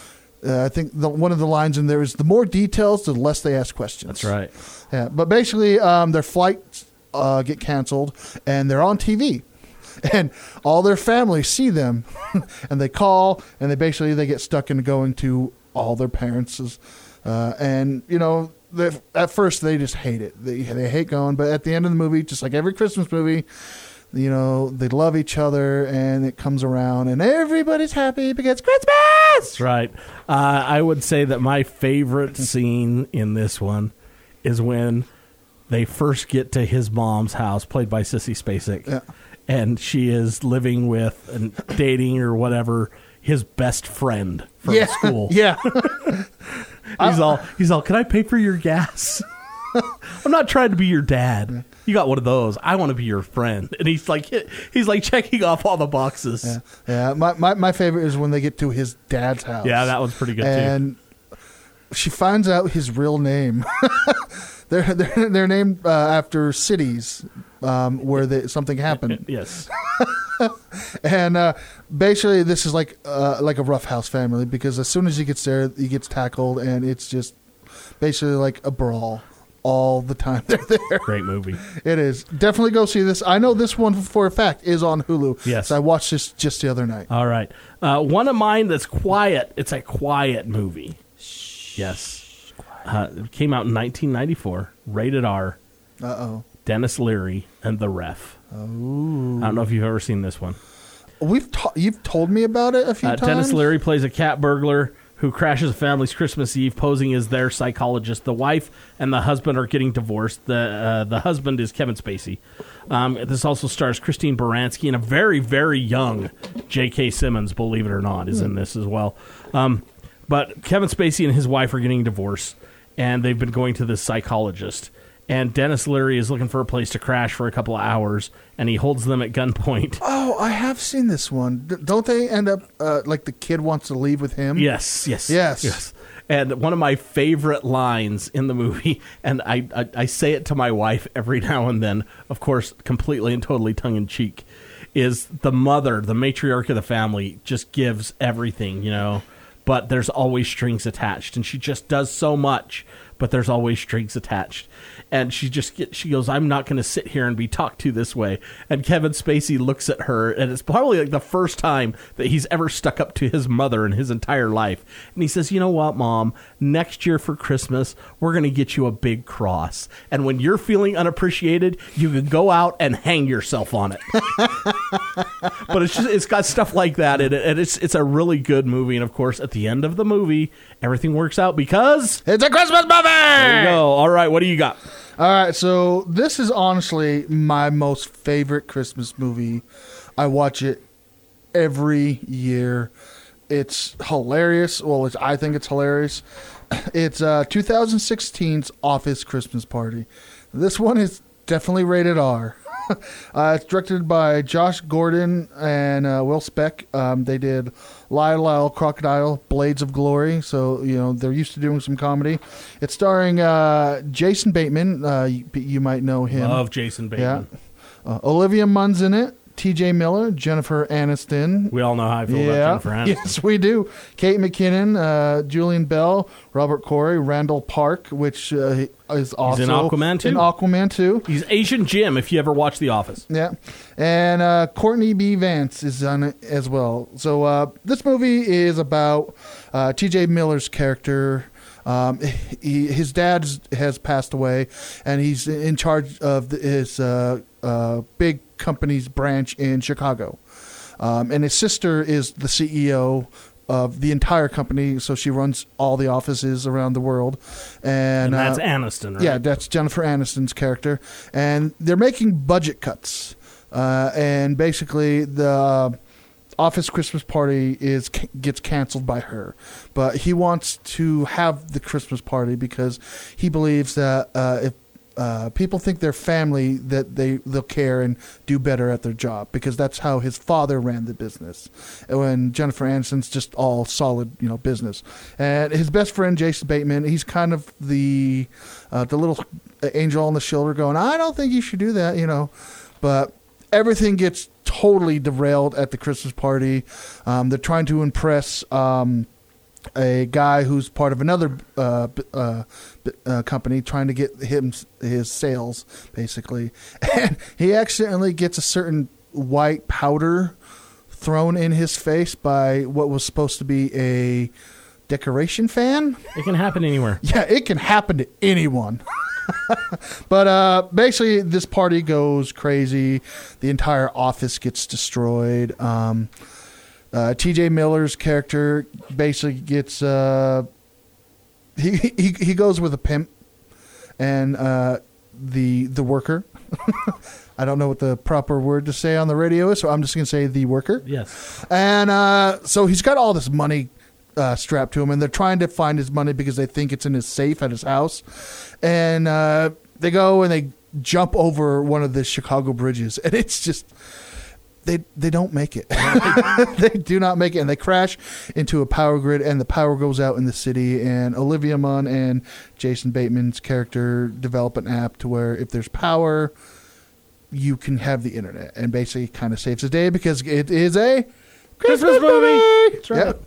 Speaker 5: uh, I think the, one of the lines in there is the more details, the less they ask questions.
Speaker 4: that's right.
Speaker 5: Yeah, but basically, um, their flights uh, get canceled, and they're on TV, and all their families see them, and they call, and they basically they get stuck into going to all their parents', uh, and you know. They, at first, they just hate it. They, they hate going, but at the end of the movie, just like every Christmas movie, you know, they love each other and it comes around and everybody's happy because Christmas!
Speaker 4: That's right. Uh, I would say that my favorite scene in this one is when they first get to his mom's house, played by Sissy Spacek,
Speaker 5: Yeah.
Speaker 4: and she is living with and dating or whatever his best friend from
Speaker 5: Yeah.
Speaker 4: school.
Speaker 5: Yeah.
Speaker 4: He's all he's all. Can I pay for your gas? I'm not trying to be your dad. You got one of those. I want to be your friend. And he's like he's like checking off all the boxes.
Speaker 5: Yeah, yeah. My, my my favorite is when they get to his dad's house.
Speaker 4: Yeah, that one's pretty good too.
Speaker 5: and she finds out his real name. they're, they're they're named uh, after cities um, where they, something happened,
Speaker 4: Yes.
Speaker 5: and uh, basically this is like uh, like a roughhouse family because as soon as he gets there, he gets tackled, and it's just basically like a brawl all the time they're there.
Speaker 4: Great movie.
Speaker 5: It is definitely go see this. I know this one for a fact is on Hulu.
Speaker 4: Yes.
Speaker 5: So I watched this just the other night.
Speaker 4: All right. Uh, one of mine that's quiet. It's a quiet movie. Yes. Uh, it came out in 1994. Rated R.
Speaker 5: Uh oh.
Speaker 4: Dennis Leary and the Ref. Oh. I don't know if you've ever seen this one.
Speaker 5: We've ta- you've told me about it a few
Speaker 4: Uh,
Speaker 5: times.
Speaker 4: Dennis Leary plays a cat burglar who crashes a family's Christmas Eve, posing as their psychologist. The wife and the husband are getting divorced. The uh, the husband is Kevin Spacey. Um, this also stars Christine Baranski and a very very young J.K. Simmons. Believe it or not, is in this as well. Um, but Kevin Spacey and his wife are getting divorced, and they've been going to this psychologist. And Dennis Leary is looking for a place to crash for a couple of hours, and he holds them at gunpoint.
Speaker 5: Oh, I have seen this one. D- don't they end up uh, like the kid wants to leave with him?
Speaker 4: Yes, yes,
Speaker 5: Yes.
Speaker 4: yes. And one of my favorite lines in the movie, and I, I, I say it to my wife every now and then, of course, completely and totally tongue in cheek, is the mother, the matriarch of the family, just gives everything, you know. but there's always strings attached. And she just does so much, but there's always strings attached. And she just get, she goes, I'm not going to sit here and be talked to this way. And Kevin Spacey looks at her, and it's probably like the first time that he's ever stuck up to his mother in his entire life. And he says, You know what, mom? Next year for Christmas, we're going to get you a big cross. And when you're feeling unappreciated, you can go out and hang yourself on it. but it's just, it's got stuff like that in it, and it's it's a really good movie. And of course, at the end of the movie, everything works out because
Speaker 5: It's a Christmas movie.
Speaker 4: there you go. All right, what do you got?
Speaker 5: All right, so this is honestly my most favorite Christmas movie. I watch it every year. It's hilarious. Well, it's, I think it's hilarious. It's uh, 2016's Office Christmas Party. This one is definitely rated R. uh, it's directed by Josh Gordon and uh, Will Speck. Um, they did Lyle Lyle Crocodile, Blades of Glory. So, you know, they're used to doing some comedy. It's starring uh, Jason Bateman. Uh, you, you might know him.
Speaker 4: Love Jason Bateman.
Speaker 5: Yeah. Uh, Olivia Munn's in it. T.J. Miller, Jennifer Aniston.
Speaker 4: We all know how I feel about Jennifer Aniston.
Speaker 5: Yes, we do. Kate McKinnon, uh, Julian Bell, Robert Corey, Randall Park, which uh, is also
Speaker 4: in Aquaman, too.
Speaker 5: In Aquaman too.
Speaker 4: He's Asian Jim. If you ever watch The Office,
Speaker 5: Yeah, and uh, Courtney B. Vance is on it as well. So uh, this movie is about uh, T.J. Miller's character. Um, he, his dad has passed away, and he's in charge of the, his uh, uh, big company's branch in Chicago. Um, and his sister is the CEO of the entire company, so she runs all the offices around the world.
Speaker 4: and
Speaker 5: And,
Speaker 4: that's
Speaker 5: uh,
Speaker 4: Aniston. Right?
Speaker 5: yeah, that's Jennifer Aniston's character, and they're making budget cuts. Uh, and basically, the office Christmas party is gets canceled by her, but he wants to have the Christmas party because he believes that uh, if uh, people think they're family, that they they'll care and do better at their job because that's how his father ran the business. And when Jennifer Aniston's just all solid, you know, business. And his best friend Jason Bateman, he's kind of the uh, the little angel on the shoulder, going, "I don't think you should do that," you know, but everything gets totally derailed at the Christmas party. Um, they're trying to impress um, a guy who's part of another uh, b- uh, b- uh, company, trying to get him s- his sales, basically. And he accidentally gets a certain white powder thrown in his face by what was supposed to be a decoration fan.
Speaker 4: it can happen anywhere.
Speaker 5: Yeah, it can happen to anyone. but uh, basically, this party goes crazy. The entire office gets destroyed. Um, uh, T.J. Miller's character basically gets uh, he, he he goes with a pimp and uh, the the worker. I don't know what the proper word to say on the radio is, so I'm just gonna say the worker.
Speaker 4: Yes,
Speaker 5: And uh, so he's got all this money uh, strapped to him, and they're trying to find his money because they think it's in his safe at his house. And uh, they go and they jump over one of the Chicago bridges, and it's just. They, they don't make it. they do not make it, and they crash into a power grid, and the power goes out in the city. And Olivia Munn and Jason Bateman's character develop an app to where if there's power, you can have the internet, and basically kind of saves the day because it is a
Speaker 4: Christmas movie. That's right.
Speaker 5: Yep.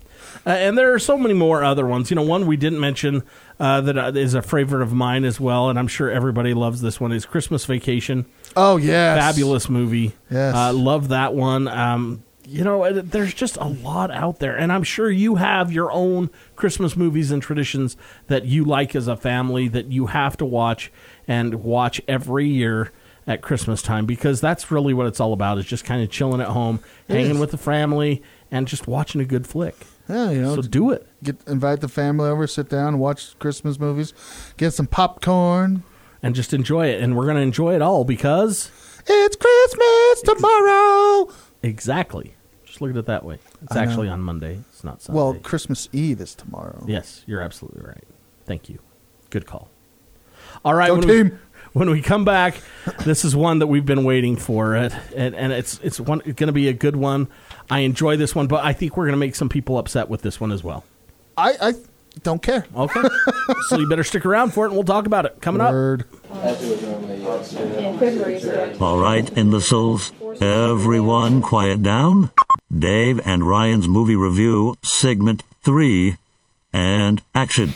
Speaker 4: Uh, and there are so many more other ones. You know, one we didn't mention uh, that uh, is a favorite of mine as well, and I'm sure everybody loves this one. Is Christmas Vacation?
Speaker 5: Oh yeah,
Speaker 4: Fabulous movie.
Speaker 5: Yes.
Speaker 4: Uh, love that one. Um, you know, uh, there's just a lot out there, and I'm sure you have your own Christmas movies and traditions that you like as a family that you have to watch and watch every year at Christmas time because that's really what it's all about is just kind of chilling at home, hanging
Speaker 5: is.
Speaker 4: with the family, and just watching a good flick.
Speaker 5: Yeah, you know,
Speaker 4: So do it.
Speaker 5: get invite the family over, sit down, watch Christmas movies, get some popcorn.
Speaker 4: and just enjoy it. And we're going to enjoy it all because
Speaker 5: It's Christmas tomorrow.
Speaker 4: exactly. Just look at it that way. It's
Speaker 5: I know.
Speaker 4: actually on Monday. It's not Sunday.
Speaker 5: Well, Christmas Eve is tomorrow.
Speaker 4: yes, you're absolutely right. Thank you. Good call. All right,
Speaker 5: Go
Speaker 4: when We,
Speaker 5: team.
Speaker 4: when we come back, this is one that we've been waiting for, it and, and it's it's one going to be a good one. I enjoy this one, but I think we're going to make some people upset with this one as well.
Speaker 5: I I don't care.
Speaker 4: Okay, so you better stick around for it, and we'll talk about it coming up.
Speaker 5: Word.
Speaker 1: All right, imbeciles. Everyone quiet down. Dave and Ryan's movie review, segment three, and action.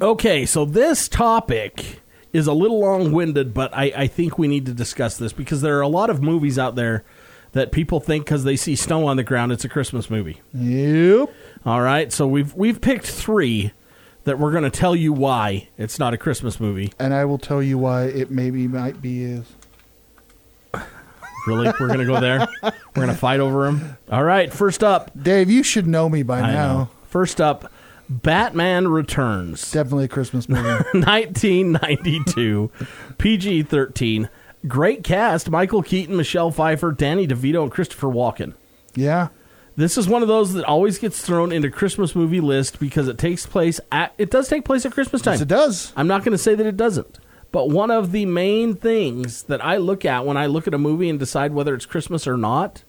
Speaker 4: Okay, so this topic is a little long winded, but I, I think we need to discuss this because there are a lot of movies out there that people think because they see snow on the ground, it's a Christmas movie.
Speaker 5: Yep.
Speaker 4: All right, so we've we've picked three that we're going to tell you why it's not a Christmas movie.
Speaker 5: And I will tell you why it maybe might be is.
Speaker 4: Really, we're going to go there. We're going to fight over them. All right, first up,
Speaker 5: Dave, you should know me by
Speaker 4: I
Speaker 5: now.
Speaker 4: know. First up, Batman Returns.
Speaker 5: Definitely a Christmas movie.
Speaker 4: 1992, PG 13. Great cast Michael Keaton, Michelle Pfeiffer, Danny DeVito, and Christopher Walken.
Speaker 5: yeah.
Speaker 4: This is one of those that always gets thrown into Christmas movie list because it takes place at it does take place at Christmas time.
Speaker 5: Yes, it does.
Speaker 4: I'm not going to say that it doesn't. But one of the main things that I look at when I look at a movie and decide whether it's Christmas or not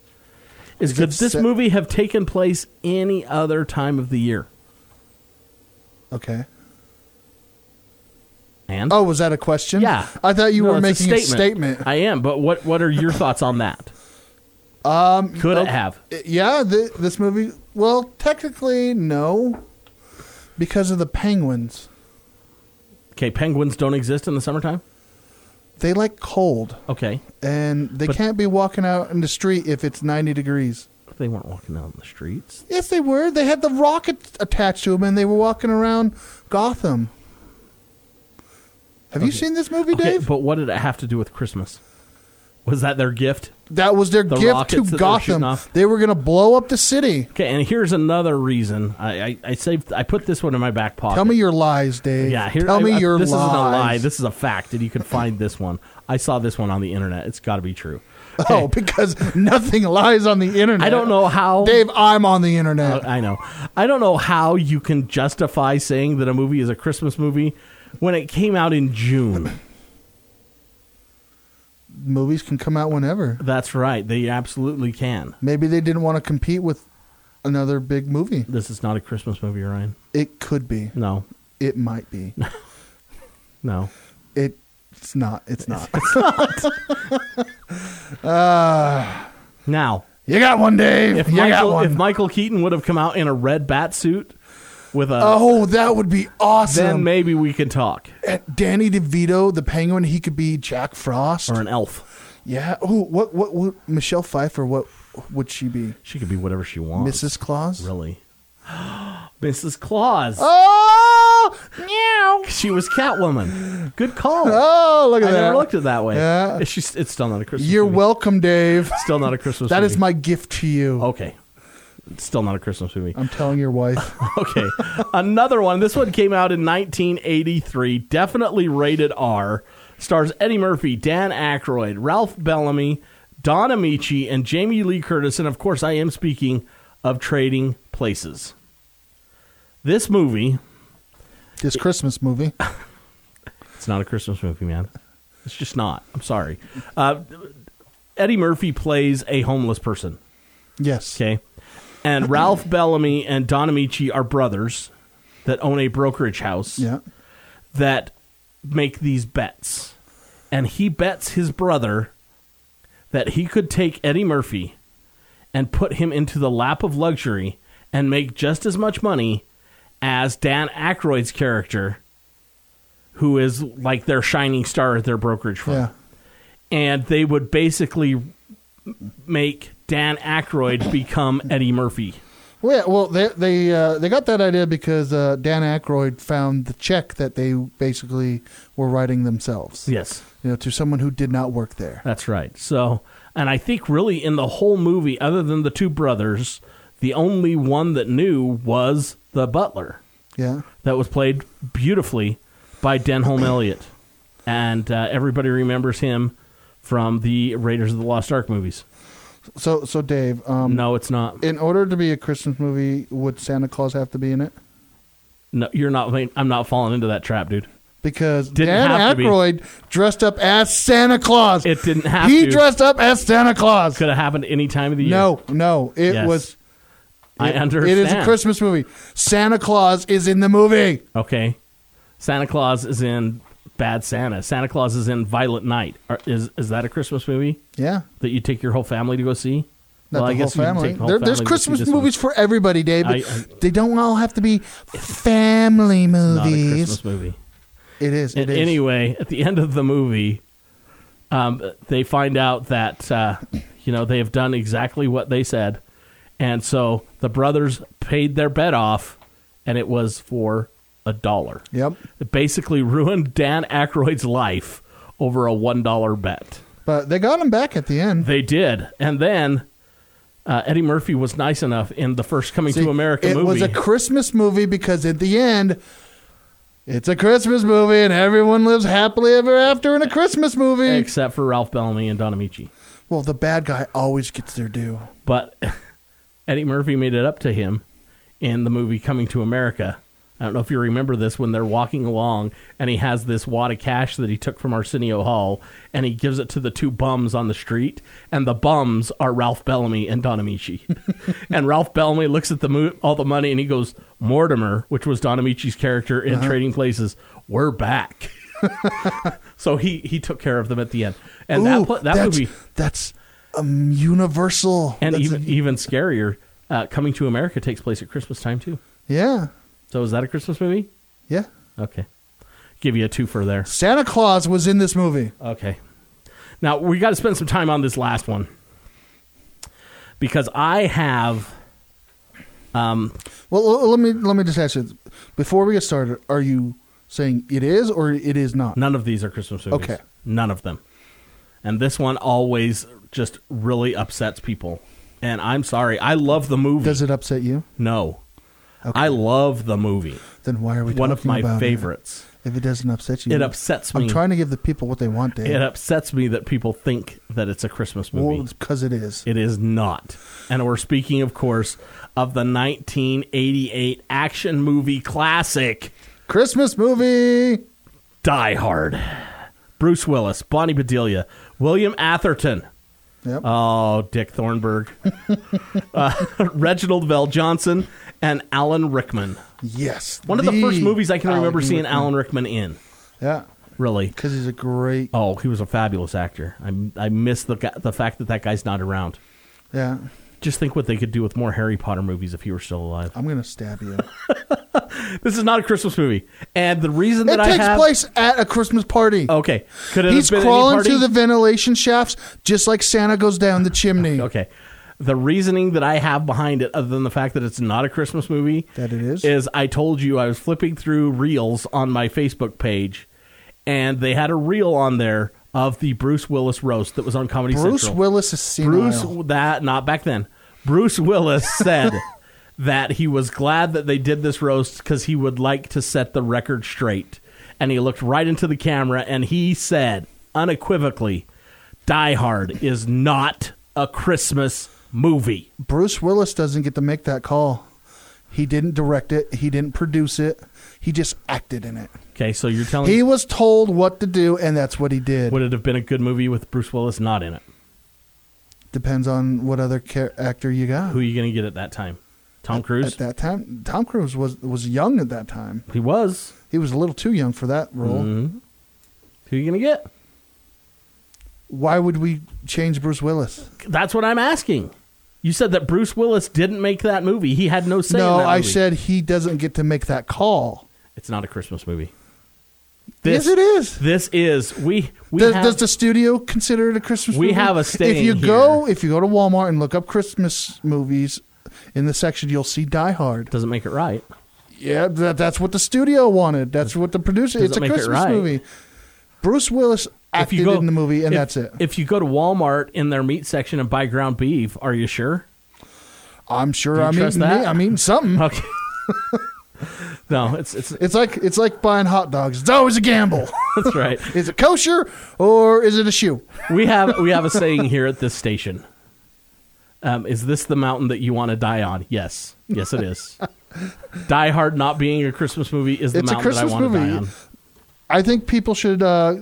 Speaker 4: is,
Speaker 5: Is it
Speaker 4: could this
Speaker 5: set-
Speaker 4: movie have taken place any other time of the year?
Speaker 5: Okay.
Speaker 4: And
Speaker 5: Oh, was that a question?
Speaker 4: Yeah.
Speaker 5: I thought you
Speaker 4: No,
Speaker 5: were
Speaker 4: it's
Speaker 5: making a statement.
Speaker 4: I am, but what what are your thoughts on that? Um, could it have?
Speaker 5: yeah, th- this movie. Well, technically, no. Because of the penguins.
Speaker 4: Okay, penguins don't exist in the summertime.
Speaker 5: They like cold,
Speaker 4: Okay,
Speaker 5: and they
Speaker 4: But-
Speaker 5: can't be walking out in the street if it's 90 degrees.
Speaker 4: they weren't walking down the streets.
Speaker 5: Yes, they were. They had the rocket attached to them, and they were walking around Gotham. Have you seen this movie,
Speaker 4: Okay,
Speaker 5: Dave?
Speaker 4: but what did it have to do with Christmas? Was that their gift?
Speaker 5: That was their
Speaker 4: The
Speaker 5: gift
Speaker 4: rockets that
Speaker 5: to
Speaker 4: they're shooting
Speaker 5: Gotham.
Speaker 4: off.
Speaker 5: They were going to blow up the city.
Speaker 4: Okay, and here's another reason I, I, I saved. I put this one in my back pocket.
Speaker 5: Tell me your lies, Dave.
Speaker 4: Yeah, here,
Speaker 5: Tell me
Speaker 4: I- I-
Speaker 5: your
Speaker 4: this
Speaker 5: lies.
Speaker 4: isn't a lie. This is a fact, and you can find this one. I saw this one on the internet. It's got to be true.
Speaker 5: Oh, because nothing lies on the internet.
Speaker 4: I don't know how
Speaker 5: Dave, I'm on the internet.
Speaker 4: Oh. I know. I don't know how you can justify saying that a movie is a Christmas movie when it came out in June.
Speaker 5: Movies can come out whenever.
Speaker 4: That's right. They absolutely can.
Speaker 5: Maybe they didn't want to compete with another big movie.
Speaker 4: This is not a Christmas movie, Ryan.
Speaker 5: It could be.
Speaker 4: No.
Speaker 5: It might be.
Speaker 4: No.
Speaker 5: It, it's not. It's not.
Speaker 4: Now,
Speaker 5: you got one, Dave.
Speaker 4: if
Speaker 5: you got
Speaker 4: Michael,
Speaker 5: one.
Speaker 4: if Michael Keaton would have come out in a red bat suit with a
Speaker 5: oh, that would be
Speaker 4: then
Speaker 5: awesome.
Speaker 4: maybe we can talk
Speaker 5: And Danny DeVito, the penguin, he could be Jack Frost.
Speaker 4: or an elf.
Speaker 5: Yeah. Oh, what, what would Michelle Pfeiffer? What would she be?
Speaker 4: She could be whatever she wants.
Speaker 5: Mrs. Claus.
Speaker 4: Really. Mrs. Claus.
Speaker 5: Oh, meow.
Speaker 4: She was Catwoman. Good call.
Speaker 5: Oh, look at
Speaker 4: I
Speaker 5: that.
Speaker 4: never looked at it that way.
Speaker 5: Yeah.
Speaker 4: It's, just, it's still not a Christmas
Speaker 5: You're
Speaker 4: movie.
Speaker 5: welcome, Dave.
Speaker 4: Still not a Christmas
Speaker 5: That
Speaker 4: movie. Oh,
Speaker 5: is my gift to you.
Speaker 4: Okay. Still not a Christmas movie.
Speaker 5: I'm telling your wife.
Speaker 4: Okay. Another one. This one came out in 1983. Definitely rated R. Stars Eddie Murphy, Dan Aykroyd, Ralph Bellamy, Don Amici, and Jamie Lee Curtis. And of course, I am speaking of Trading Places. This movie,
Speaker 5: this Christmas movie.
Speaker 4: it's not a Christmas movie, man. It's just not. I'm sorry. Uh, Eddie Murphy plays a homeless person.
Speaker 5: Yes.
Speaker 4: Okay. And Ralph Bellamy and Don Amici are brothers that own a brokerage house
Speaker 5: Yeah.
Speaker 4: that make these bets. And he bets his brother that he could take Eddie Murphy and put him into the lap of luxury and make just as much money as Dan Aykroyd's character, who is like their shining star at their brokerage firm
Speaker 5: Yeah.
Speaker 4: and they would basically make Dan Aykroyd become Eddie Murphy.
Speaker 5: Well, yeah, well, they they uh, they got that idea because uh, Dan Aykroyd found the check that they basically were writing themselves.
Speaker 4: Yes,
Speaker 5: You know, to someone who did not work there.
Speaker 4: that's right. So, and I think really in the whole movie, other than the two brothers, the only one that knew was the butler
Speaker 5: Yeah.
Speaker 4: that was played beautifully by Denholm Elliott, and uh, everybody remembers him from the Raiders of the Lost Ark movies.
Speaker 5: So so Dave, um,
Speaker 4: No, it's not.
Speaker 5: in order to be a Christmas movie, would Santa Claus have to be in it?
Speaker 4: No, you're not. I'm not falling into that trap, dude.
Speaker 5: Because
Speaker 4: Didn't have
Speaker 5: Dan
Speaker 4: to be.
Speaker 5: Aykroyd dressed up as Santa Claus.
Speaker 4: It didn't have
Speaker 5: he
Speaker 4: to.
Speaker 5: dressed up as Santa Claus.
Speaker 4: Could have happened any time of the year.
Speaker 5: No, no, it
Speaker 4: Yes.
Speaker 5: was.
Speaker 4: I
Speaker 5: it-
Speaker 4: understand.
Speaker 5: It is a Christmas movie. Santa Claus is in the movie.
Speaker 4: Okay. Santa Claus is in Bad Santa. Santa Claus is in Violent Night. Are, is is that a Christmas movie
Speaker 5: Yeah.
Speaker 4: that you take your whole family to go see?
Speaker 5: Not
Speaker 4: Well,
Speaker 5: the
Speaker 4: I
Speaker 5: whole
Speaker 4: guess you can
Speaker 5: family.
Speaker 4: take the whole
Speaker 5: There-
Speaker 4: family
Speaker 5: there's
Speaker 4: with you
Speaker 5: Christmas
Speaker 4: this one.
Speaker 5: movies for everybody, David.
Speaker 4: I- I-
Speaker 5: they don't all have to be family
Speaker 4: Not a
Speaker 5: movies.
Speaker 4: Christmas movie.
Speaker 5: It is. It
Speaker 4: And
Speaker 5: is.
Speaker 4: anyway, at the end of the movie, um, they find out that uh, you know they have done exactly what they said, and so the brothers paid their bet off, and it was for a dollar.
Speaker 5: Yep.
Speaker 4: It basically ruined Dan Aykroyd's life over a one dollar bet.
Speaker 5: But they got him back at the end.
Speaker 4: They did, and then uh, Eddie Murphy was nice enough in the first Coming
Speaker 5: See,
Speaker 4: to America
Speaker 5: it
Speaker 4: movie.
Speaker 5: was a Christmas movie because at the end, it's a Christmas movie and everyone lives happily ever after in a Christmas movie.
Speaker 4: except for Ralph Bellamy and Don Amici.
Speaker 5: well, the bad guy always gets their due.
Speaker 4: But Eddie Murphy made it up to him in the movie Coming to America. I don't know if you remember this when they're walking along and he has this wad of cash that he took from Arsenio Hall and he gives it to the two bums on the street. And the bums are Ralph Bellamy and Don Amici. and Ralph Bellamy looks at the mo- all the money and he goes, Mortimer, which was Don Amici's character in
Speaker 5: Uh-huh.
Speaker 4: Trading Places, we're back. so he, he took care of them at the end. And that,
Speaker 5: Ooh,
Speaker 4: pla- that
Speaker 5: that's,
Speaker 4: movie
Speaker 5: that's um, universal.
Speaker 4: and
Speaker 5: That's
Speaker 4: even even scarier, uh, Coming to America takes place at Christmas time too.
Speaker 5: yeah,
Speaker 4: So is that a Christmas movie?
Speaker 5: yeah.
Speaker 4: Okay, give you a twofer there.
Speaker 5: Santa Claus was in this movie.
Speaker 4: Okay, now we got to spend some time on this last one because I have. Um,
Speaker 5: Well, l- let me let me just ask you before we get started: Are you saying it is or it is not?
Speaker 4: none of these are Christmas movies.
Speaker 5: Okay.
Speaker 4: none of them, and this one always just really upsets people. And I'm sorry, I love the movie.
Speaker 5: Does it upset you?
Speaker 4: no, I love the movie.
Speaker 5: Then why are we
Speaker 4: One of
Speaker 5: talking
Speaker 4: my
Speaker 5: about it?
Speaker 4: favorites.
Speaker 5: If it doesn't upset you,
Speaker 4: It upsets me.
Speaker 5: I'm trying to give the people what they want, Dave.
Speaker 4: It upsets me that people think that it's a Christmas movie.
Speaker 5: because it is.
Speaker 4: it is not. And we're speaking, of course, of the 1988 action movie classic,
Speaker 5: Christmas movie.
Speaker 4: Die Hard. Bruce Willis, Bonnie Bedelia, William Atherton.
Speaker 5: Yep.
Speaker 4: Oh, Dick Thornburg. uh, Reginald Vell Johnson and Alan Rickman.
Speaker 5: yes.
Speaker 4: One of the, first movies I can
Speaker 5: Alan
Speaker 4: remember seeing
Speaker 5: Rickman.
Speaker 4: Alan Rickman in,
Speaker 5: Yeah,
Speaker 4: really.
Speaker 5: because he's a great.
Speaker 4: Oh, he was a fabulous actor. I, I miss the, gu- the fact that that guy's not around.
Speaker 5: Yeah,
Speaker 4: Just think what they could do with more Harry Potter movies if he were still alive.
Speaker 5: I'm gonna stab you.
Speaker 4: This is not a Christmas movie, and the reason
Speaker 5: it
Speaker 4: that I
Speaker 5: takes
Speaker 4: have
Speaker 5: place at a Christmas party.
Speaker 4: okay, could it
Speaker 5: He's
Speaker 4: have been any
Speaker 5: crawling
Speaker 4: party?
Speaker 5: through the ventilation shafts just like Santa goes down the chimney.
Speaker 4: okay. The reasoning that I have behind it, other than the fact that it's not a Christmas movie,
Speaker 5: That it is?
Speaker 4: is I told you I was flipping through reels on my Facebook page, and they had a reel on there of the Bruce Willis roast that was on Comedy
Speaker 5: Bruce
Speaker 4: Central.
Speaker 5: Willis is senile.
Speaker 4: Bruce that not back then. Bruce Willis said that he was glad that they did this roast because he would like to set the record straight. And he looked right into the camera and he said unequivocally, "Die Hard is not a Christmas movie."
Speaker 5: Bruce Willis doesn't get to make that call. He didn't direct it. He didn't produce it. He just acted in it.
Speaker 4: Okay, so you're telling
Speaker 5: He
Speaker 4: me
Speaker 5: was told what to do, and that's what he did.
Speaker 4: would it have been a good movie with Bruce Willis not in it?
Speaker 5: Depends on what other char- actor you got.
Speaker 4: Who are you going to get at that time? Tom
Speaker 5: at
Speaker 4: Cruise?
Speaker 5: that time, Tom Cruise was was young at that time.
Speaker 4: he was.
Speaker 5: He was a little too young for that role.
Speaker 4: Mm-hmm. Who are you going to get?
Speaker 5: Why would we change Bruce Willis?
Speaker 4: That's what I'm asking. You said that Bruce Willis didn't make that movie. He had no say. in
Speaker 5: no,
Speaker 4: that
Speaker 5: I
Speaker 4: movie.
Speaker 5: said he doesn't get to make that call.
Speaker 4: it's not a Christmas movie.
Speaker 5: yes, it is.
Speaker 4: This is we we
Speaker 5: Does,
Speaker 4: have,
Speaker 5: does the studio consider it a Christmas?
Speaker 4: We
Speaker 5: movie?
Speaker 4: have a
Speaker 5: If
Speaker 4: stain
Speaker 5: you go, if you go to Walmart and look up Christmas movies, in the section you'll see Die Hard.
Speaker 4: doesn't make it right.
Speaker 5: Yeah, that, that's what the studio wanted. That's what the producer.
Speaker 4: Does it
Speaker 5: It's a
Speaker 4: make it
Speaker 5: Christmas
Speaker 4: right?
Speaker 5: movie. Bruce Willis acted in the movie, and
Speaker 4: if-
Speaker 5: that's it.
Speaker 4: If you go to Walmart in their meat section and buy ground beef, are you sure?
Speaker 5: I'm sure
Speaker 4: you
Speaker 5: I'm
Speaker 4: trust
Speaker 5: eating.
Speaker 4: that?
Speaker 5: meat. I'm eating something.
Speaker 4: Okay. no, it's it's
Speaker 5: It's like it's like buying hot dogs. It's always a gamble.
Speaker 4: that's right.
Speaker 5: is it kosher or is it a shoe?
Speaker 4: We have we have a saying here at this station. Um, is this the mountain that you want to die on? Yes, yes, it is. die Hard not being a Christmas movie is the
Speaker 5: It's a
Speaker 4: mountain that I
Speaker 5: Christmas
Speaker 4: want to die
Speaker 5: movie.
Speaker 4: on.
Speaker 5: I think people should uh,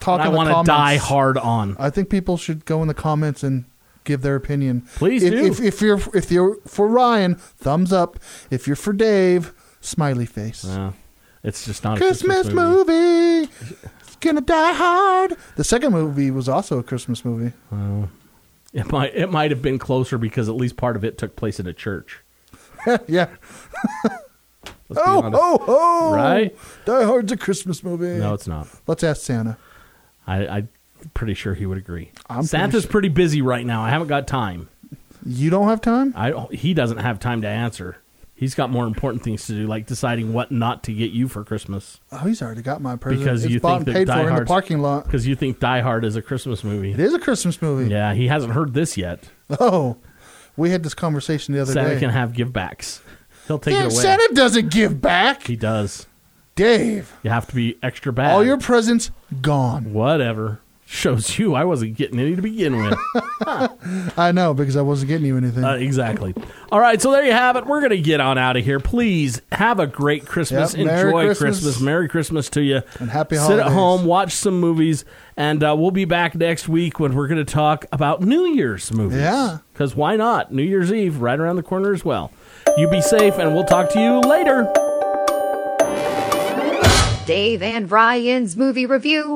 Speaker 5: talk.
Speaker 4: I
Speaker 5: in the
Speaker 4: want to
Speaker 5: comments.
Speaker 4: die hard on.
Speaker 5: I think people should go in the comments and give their opinion.
Speaker 4: Please
Speaker 5: if,
Speaker 4: do.
Speaker 5: If, if you're if you're for Ryan, thumbs up. If you're for Dave, smiley face.
Speaker 4: No, it's just not a
Speaker 5: Christmas,
Speaker 4: Uh, Christmas movie.
Speaker 5: movie. It's gonna die hard. The second movie was also a Christmas movie.
Speaker 4: It might it might have been closer because at least part of it took place in a church.
Speaker 5: yeah.
Speaker 4: Let's be honest.
Speaker 5: Oh, oh,
Speaker 4: Right?
Speaker 5: Die Hard's a Christmas movie.
Speaker 4: No, it's not.
Speaker 5: Let's ask Santa.
Speaker 4: I, I'm pretty sure he would agree.
Speaker 5: I'm pretty
Speaker 4: Santa's
Speaker 5: sure-
Speaker 4: pretty busy right now. I haven't got time.
Speaker 5: You don't have time?
Speaker 4: I don't- he doesn't have time to answer. He's got more important things to do, like deciding what not to get you for Christmas.
Speaker 5: Oh, he's already got my present.
Speaker 4: Because
Speaker 5: it's
Speaker 4: you
Speaker 5: bought
Speaker 4: think
Speaker 5: and
Speaker 4: that
Speaker 5: paid
Speaker 4: Die
Speaker 5: for in the
Speaker 4: Hard's-
Speaker 5: parking lot.
Speaker 4: Because you think Die Hard is a Christmas
Speaker 5: It
Speaker 4: movie.
Speaker 5: is a Christmas movie.
Speaker 4: Yeah, he hasn't heard this yet.
Speaker 5: Oh, we had this conversation the other
Speaker 4: Santa
Speaker 5: day.
Speaker 4: can have givebacks. He'll take
Speaker 5: Yeah,
Speaker 4: it away.
Speaker 5: Santa doesn't give back.
Speaker 4: He does.
Speaker 5: Dave,
Speaker 4: You have to be extra bad.
Speaker 5: all your presents gone.
Speaker 4: whatever shows you I wasn't getting any to begin with.
Speaker 5: I know because I wasn't getting you anything.
Speaker 4: Uh, exactly. All right, so there you have it. We're going to get on out of here. Please have a great Christmas.
Speaker 5: Yep, Merry
Speaker 4: Enjoy
Speaker 5: Christmas.
Speaker 4: Merry Christmas to you.
Speaker 5: And happy
Speaker 4: Sit at
Speaker 5: holidays.
Speaker 4: home, watch some movies, and uh, we'll be back next week when we're going to talk about New Year's movies.
Speaker 5: Yeah.
Speaker 4: Because why not? New Year's Eve right around the corner as well. You be safe, and we'll talk to you later.
Speaker 2: Dave and Ryan's movie review.